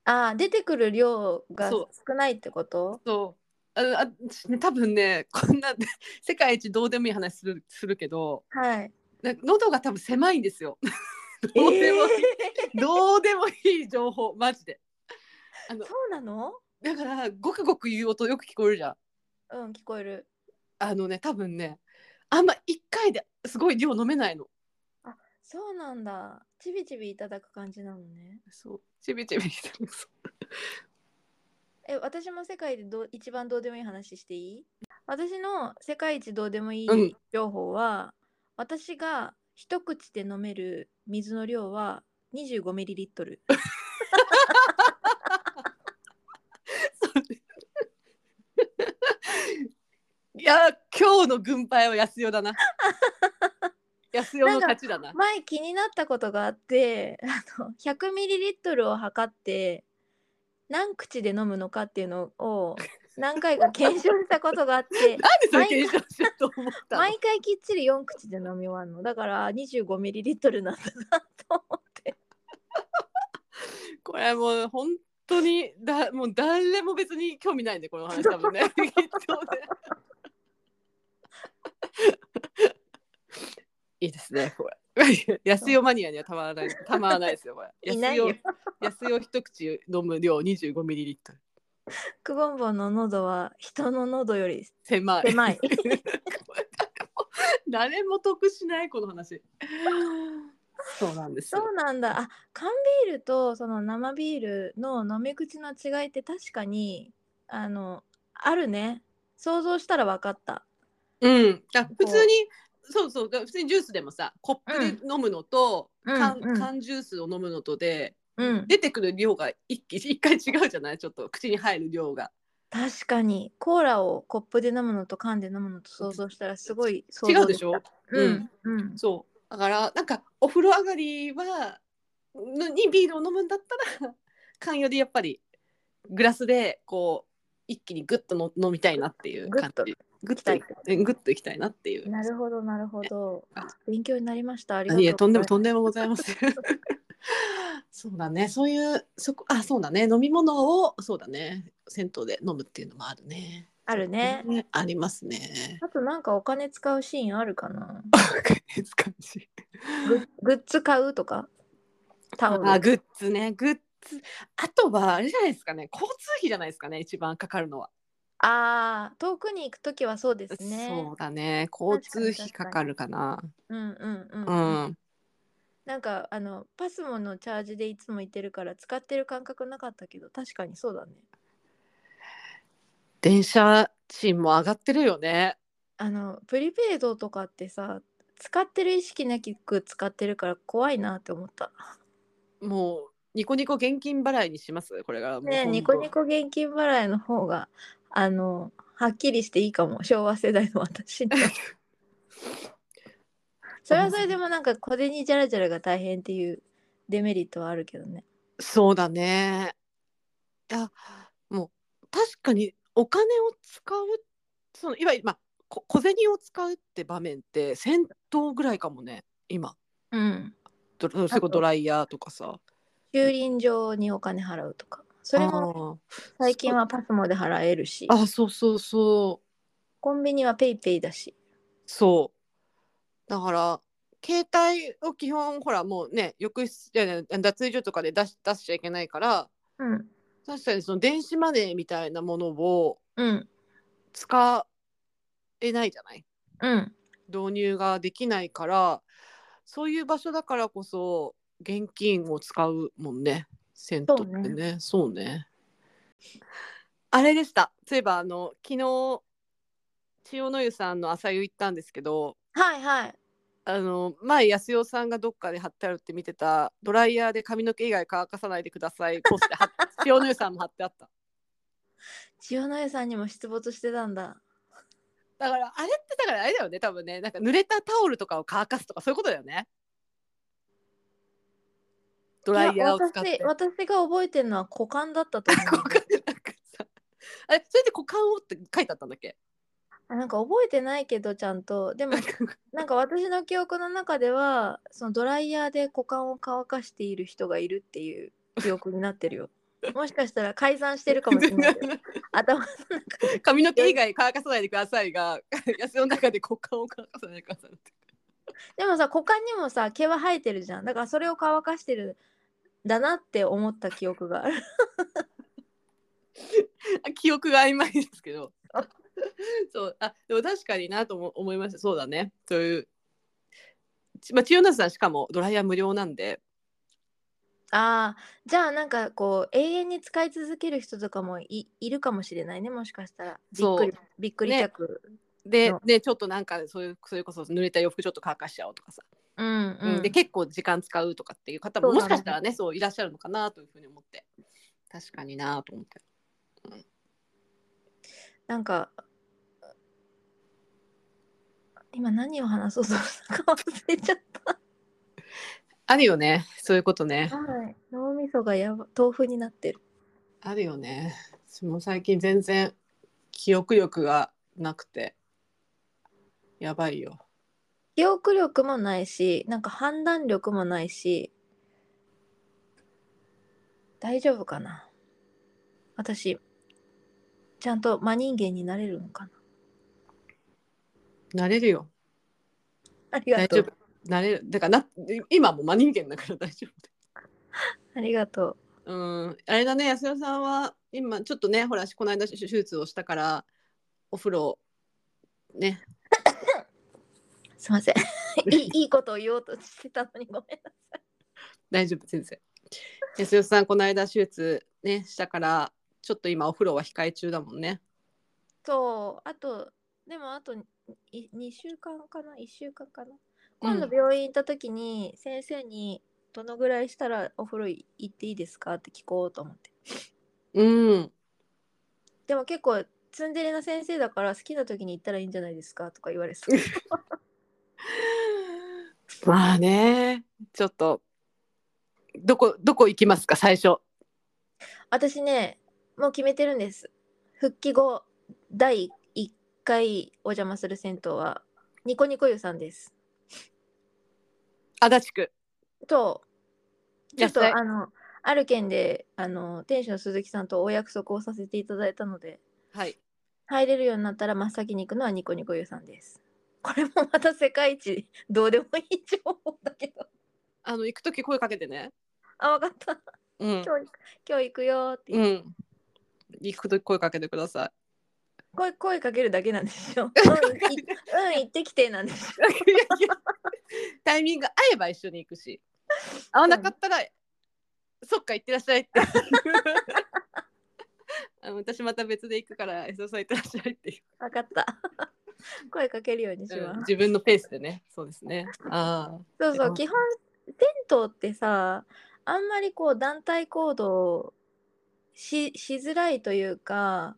Speaker 1: あー出てくる量が
Speaker 2: そう
Speaker 1: 少ないってこと
Speaker 2: そうああ私ね多分ねこんな 世界一どうでもいい話するするけど
Speaker 1: はい
Speaker 2: なんか喉が多分狭いんですよ。 どうでもいい、
Speaker 1: え
Speaker 2: どうでもいい情報マジで。あの
Speaker 1: ーそうなの
Speaker 2: だからごくごく言う音よく聞こえるじゃん。
Speaker 1: うん聞こえる
Speaker 2: あのね多分ねあんま一回ですごい量飲めないの。
Speaker 1: そうなんだちびちびいただく感じなのね
Speaker 2: そうちびちび。
Speaker 1: え私も世界でどう一番どうでもいい話していい私の世界一どうでもい
Speaker 2: うん
Speaker 1: い情報は、私が一口で飲める水の量は25ミリリットル
Speaker 2: いや今日の軍配は安代 だな。安代の勝ちだな。
Speaker 1: 前気になったことがあって あの100ミリリットルを測って何口で飲むのかっていうのを何回か検証したことがあって
Speaker 2: なんでそれ検証しようと思ったの
Speaker 1: 毎回きっちり4口で飲み終わるのだから25ミリリットルなんだなと思って
Speaker 2: これもう本当にだもう誰も別に興味ないんでこの話 多分ねきっとねいいですねこれ安代マニアにはたまらないたまらないですよこれ
Speaker 1: いないよ
Speaker 2: 安代安代一口飲む量25ミリリットル
Speaker 1: クボンボンの喉は人の喉より
Speaker 2: 狭い
Speaker 1: 狭い
Speaker 2: 誰も得しないこの話そうなんですよ
Speaker 1: そうなんだあ缶ビールとその生ビールの飲み口の違いって確かにあのあるね想像したら分かった
Speaker 2: うん、あ普通にそうそう普通にジュースでもさコップで飲むのと、
Speaker 1: うん
Speaker 2: 缶
Speaker 1: うんうん
Speaker 2: 缶ジュースを飲むのとで
Speaker 1: うん
Speaker 2: 出てくる量が一気 一回違うじゃないちょっと口に入る量が
Speaker 1: 確かにコーラをコップで飲むのと缶で飲むのと想像したらすごい想
Speaker 2: 違
Speaker 1: 像
Speaker 2: うでしょ
Speaker 1: きたうんうん
Speaker 2: そうだからなんかお風呂上がりはのにビールを飲むんだったら 缶よりやっぱりグラスでこう一気にグッとの飲みたいなっていう感じグッ
Speaker 1: きたい
Speaker 2: とグッといきたいなっていう
Speaker 1: なるほどなるほど
Speaker 2: あ
Speaker 1: 勉強になりましたありが
Speaker 2: あ
Speaker 1: とう
Speaker 2: いえとんでも
Speaker 1: ござい
Speaker 2: とんでもございません。 そうだね、そういうそこあそうだね、飲み物をそうだね、銭湯で飲むっていうのもあるね。
Speaker 1: ますあるね
Speaker 2: ありますね。
Speaker 1: あとなんかお金使うシーンあるか な
Speaker 2: 懐かしい
Speaker 1: ググッズ買うとかタオル
Speaker 2: あグッズね、グッズ。あとはあれじゃないですかね、交通費じゃないですかね、一番かかるのは。
Speaker 1: あー遠くに行くときはそうですね
Speaker 2: そうだね、交通費
Speaker 1: 確か
Speaker 2: か
Speaker 1: に
Speaker 2: かるかな。
Speaker 1: うんうんうん
Speaker 2: う
Speaker 1: うん、
Speaker 2: ん。
Speaker 1: なんかあのパスモのチャージでいつも行ってるから使ってる感覚なかったけど確かにそうだね
Speaker 2: 電車賃も上がってるよね。
Speaker 1: あのプリペイドとかってさ使ってる意識なく使ってるから怖いなって思った
Speaker 2: もうニコニコ現金払いにしますこれがもう
Speaker 1: ねえ
Speaker 2: 本当
Speaker 1: ニコニコ現金払いの方があのはっきりしていいかも昭和世代の私に はそれはそれでもなんか小銭ジャラジャラが大変っていうデメリットはあるけどね
Speaker 2: そうだね。いやもう確かにお金を使うそのいわゆる、まあ、こ小銭を使うって場面って銭湯ぐらいかもね今
Speaker 1: うん
Speaker 2: ドそれこそドライヤーとかさ
Speaker 1: 駐輪場にお金払うとかそれも
Speaker 2: あー
Speaker 1: 最近はパスモで払えるし
Speaker 2: あそうそうそう
Speaker 1: コンビニはペイペイだし
Speaker 2: そうだから携帯を基本ほらもうね浴室いやいや脱衣所とかで出し出しちゃいけないから
Speaker 1: うん
Speaker 2: 確かにその電子マネーみたいなものを
Speaker 1: うん
Speaker 2: 使えないじゃない
Speaker 1: うん
Speaker 2: 導入ができないからそういう場所だからこそ現金を使うもんね銭湯ってねそうねあれでしたそういえばあの昨日千代の湯さんの朝湯行ったんですけど
Speaker 1: はいはい。
Speaker 2: あの前安代さんがどっかで貼ってあるって見てたドライヤーで髪の毛以外乾かさないでくださいポスト貼っ千代の湯さんも貼ってあった
Speaker 1: 千代の湯さんにも出没してたんだ。
Speaker 2: だからあれってだからあれだよね多分ねなんか濡れたタオルとかを乾かすとかそういうことだよねドライヤーを使って
Speaker 1: いや私私が覚えてるのは股間だったと思
Speaker 2: 股間なんかさあれそれで股間をって書いてあったんだっけ
Speaker 1: う。なんか覚えてないけどちゃんと でも
Speaker 2: なんか
Speaker 1: なんか私の記憶の中ではそのドライヤーで股間を乾かしている人がいるっていう記憶になって るよ。もしかしたら改ざんしてるかもしれないけど頭の中
Speaker 2: 髪の毛以外乾かさないでくださいが安代の中で股間を乾かさないでくださいって
Speaker 1: でもさ股間にもさ毛は生えてるじゃんだからそれを乾かしてるんだなって思った記憶がある
Speaker 2: あ記憶が曖昧ですけどそうあでも確かになとも思いましたそうだねという、ちまあ、千代那さんしかもドライヤー無料なんで
Speaker 1: あーじゃあなんかこう永遠に使い続ける人とかもいいるかもしれないねもしかしたらびっくりびっくり
Speaker 2: ね
Speaker 1: 着、
Speaker 2: で
Speaker 1: そう
Speaker 2: でちょっとなんかそういうそれこそ濡れた洋服ちょっと乾かしちゃおうとかさ、
Speaker 1: うんうん
Speaker 2: で結構時間使うとかっていう方も
Speaker 1: そう
Speaker 2: も
Speaker 1: だ
Speaker 2: し
Speaker 1: ね
Speaker 2: かしたらねそういらっしゃるのかなというふうに思って確かになと思って
Speaker 1: なんか今何を話そうとしたか忘れちゃっ
Speaker 2: あるよねそういうことね
Speaker 1: た、はい、脳みそがやば豆腐になってる
Speaker 2: あるよね私も最近全然記憶力がなくてやばいよ
Speaker 1: 記憶力もないしなんか判断力もないし大丈夫かな私ちゃんと真人間になれるのかな
Speaker 2: 慣れるよ
Speaker 1: ありが
Speaker 2: 大
Speaker 1: と
Speaker 2: 丈
Speaker 1: う
Speaker 2: 夫。なれる。だからな今も真人間だから大丈
Speaker 1: ありがとう
Speaker 2: 夫。うん。あれだね安代さんは今ちょっとねほらこの間手手術をしたからお風呂ね
Speaker 1: すい ませんいいいいことを言おうとしてたのにごめんな
Speaker 2: 大丈夫先生。安代さんこの間手術ねしたからちょっと今お風呂は控え中だもんね。
Speaker 1: そうあとでもあとい2週間かな1週間かな
Speaker 2: うん
Speaker 1: 今度病院行った時に先生にどのぐらいしたらお風呂い行っていいですかって聞こうと思って
Speaker 2: うん。
Speaker 1: でも結構ツンデレな先生だから好きな時に行ったらいいんじゃないですかとか言われて
Speaker 2: まあねちょっとどこどこ行きますか最初。
Speaker 1: 私ねもう決めてるんです復帰後第1回お邪魔する銭湯はニコニコ湯さんです
Speaker 2: 足立区。
Speaker 1: とちょっ
Speaker 2: 安田
Speaker 1: とあのある件であの店主の鈴木さんとお約束をさせていただいたので
Speaker 2: はい。
Speaker 1: 入れるようになったら真っ先に行くのはニコニコ湯さんですこれもまた世界一どうでもいい情報だけど
Speaker 2: あの行くとき声かけてね。
Speaker 1: あ分かった
Speaker 2: うん。
Speaker 1: 今日今日行くよーっていうう、
Speaker 2: ん。行くとき声かけてください。
Speaker 1: 声声かけるだけなんですよ。 うん、いうん行ってきてなんですよ。
Speaker 2: いやいや タイミング合えば一緒に行くし合わなかったらそっか行ってらっしゃいって あの私また別で行くから安田さん行ってらっしゃいっていう
Speaker 1: 分かった。 声かけるようにします。
Speaker 2: 自分のペースでねそうですねあ
Speaker 1: そうそうう、
Speaker 2: ん
Speaker 1: 基本、銭湯ってさ、あんまりこう団体行動ししづらいというか、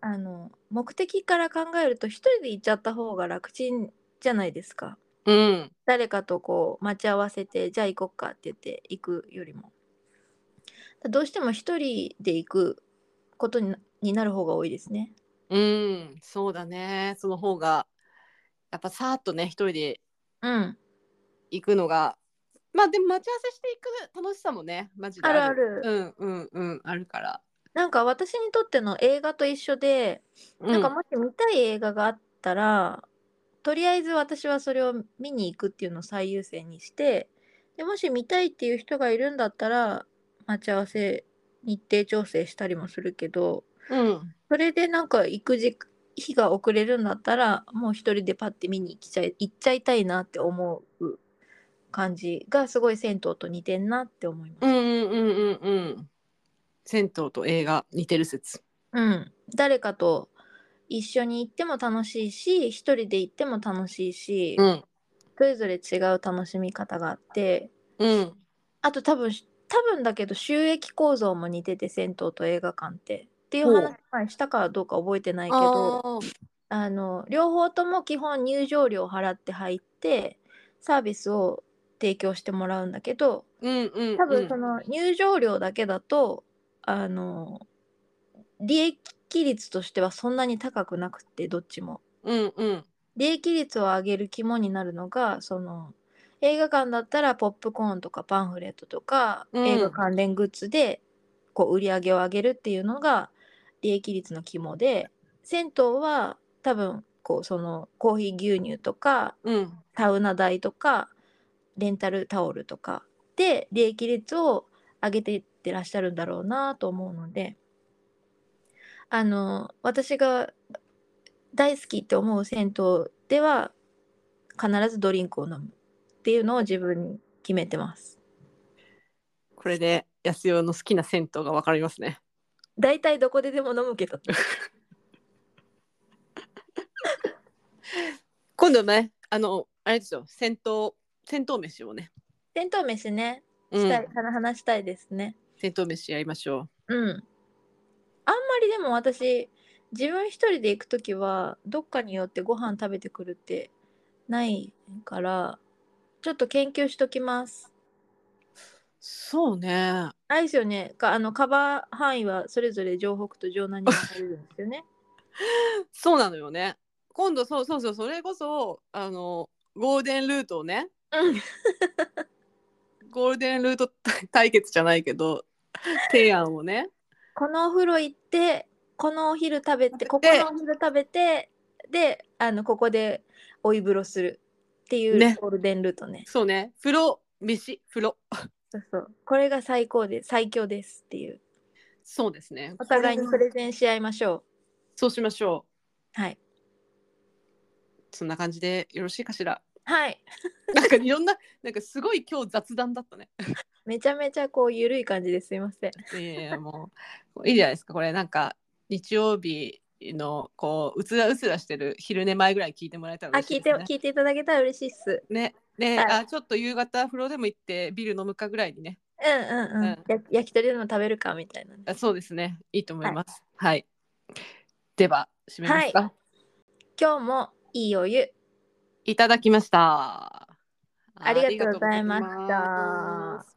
Speaker 1: あの、目的から考えると、一人で行っちゃった方が楽ちんじゃないですか。
Speaker 2: あうん
Speaker 1: 誰かとこう待ち合わせてじゃあ行こっかって言って行くよりもどうしても一人で行くことになになる方が多いですね
Speaker 2: うんそうだねその方がやっぱさーっとね一人で
Speaker 1: うん
Speaker 2: 行くのがまあでも待ち合わせしていく楽しさもねマジで
Speaker 1: あるある
Speaker 2: うんうんうんあるから、
Speaker 1: なんか私にとっての映画と一緒で、
Speaker 2: う
Speaker 1: なんかもし見たい映画があったらとりあえず私はそれを見に行くっていうのを最優先にしてでもし見たいっていう人がいるんだったら待ち合わせ日程調整したりもするけど
Speaker 2: うん、
Speaker 1: それでなんか行く時日が遅れるんだったらもう一人でパッて見に行きちゃい行っちゃいたいなって思う感じがすごい銭湯と似てんなって思います。
Speaker 2: うんうんうんうんうん銭湯と映画似てる説
Speaker 1: うん、誰かと一緒に行っても楽しいし一人で行っても楽しいし、
Speaker 2: うん
Speaker 1: それぞれ違う楽しみ方があって
Speaker 2: うん
Speaker 1: あと多分多分だけど収益構造も似てて銭湯と映画館ってっていう話前したかどうか覚えてないけど
Speaker 2: あー
Speaker 1: あの両方とも基本入場料を払って入ってサービスを提供してもらうんだけど
Speaker 2: うんうんうん
Speaker 1: 多分その入場料だけだと、あの利益率としてはそんなに高くなくってどっちも
Speaker 2: うんうん
Speaker 1: 利益率を上げる肝になるのがその映画館だったらポップコーンとかパンフレットとか、
Speaker 2: うん
Speaker 1: 映画関連グッズでこう売り上げを上げるっていうのが利益率の肝で銭湯は多分こうそのコーヒー牛乳とか
Speaker 2: うん
Speaker 1: サウナ代とかレンタルタオルとかで利益率を上げていってらっしゃるんだろうなと思うのであの私が大好きって思う銭湯では必ずドリンクを飲むっていうのを自分に決めてます。
Speaker 2: これで安代の好きな銭湯がわかりますね
Speaker 1: 大体どこででも飲む けど
Speaker 2: 今度ねあのあれですよ銭湯銭湯飯をね、
Speaker 1: 銭湯飯ね
Speaker 2: う
Speaker 1: したい、
Speaker 2: ん、
Speaker 1: 話したいですね。
Speaker 2: 銭湯飯やりましょ
Speaker 1: うん。あんまりでも私自分一人で行くときはどっかによってご飯食べてくるってないからちょっと研究しときます。
Speaker 2: うそうね
Speaker 1: あれですよねかあのカバー範囲はそれぞれ城北と城南に分かれるんですよね。
Speaker 2: そうなのよね今度そうそうそうそれこそあのゴールデンルートをね
Speaker 1: うん
Speaker 2: ゴールデンルート対対決じゃないけど提案をね
Speaker 1: このお風呂行ってこのお昼食べてここ
Speaker 2: で
Speaker 1: のお昼食べてであのここでお湯風呂するってい
Speaker 2: ね
Speaker 1: うゴールデンルートね
Speaker 2: そうね風呂飯風呂
Speaker 1: そうそうこれが最高で最強ですっていう
Speaker 2: そうですね
Speaker 1: お互いに
Speaker 2: こ
Speaker 1: プ
Speaker 2: れ
Speaker 1: レゼンし合いましょう。
Speaker 2: そうしましょ
Speaker 1: はい。
Speaker 2: うそんな感じでよろしいか しら
Speaker 1: はい。
Speaker 2: なんかいろんななんかすごい今日雑談だったね
Speaker 1: めちゃめちゃこうゆるい感じですいません。
Speaker 2: いやいやもういいじゃないですかこれなんか日曜日のこううつらうつらしてる昼寝前ぐらい聞いてもらえたら
Speaker 1: あ
Speaker 2: 嬉
Speaker 1: 聞
Speaker 2: しい
Speaker 1: い
Speaker 2: で
Speaker 1: て
Speaker 2: すね。
Speaker 1: 聞いていただけたら嬉しいっす。
Speaker 2: ねね、
Speaker 1: はい
Speaker 2: あちょっと夕方風呂でも行ってビール飲むかぐらいにね
Speaker 1: うんうんうん。
Speaker 2: うん
Speaker 1: や焼き鳥でも食べるかみたいなね。
Speaker 2: あそうですねいいと思います。はい、では締めますか、
Speaker 1: 今日もいいお湯
Speaker 2: い、ただきました。
Speaker 1: ありがとうございました
Speaker 2: ありがとうございます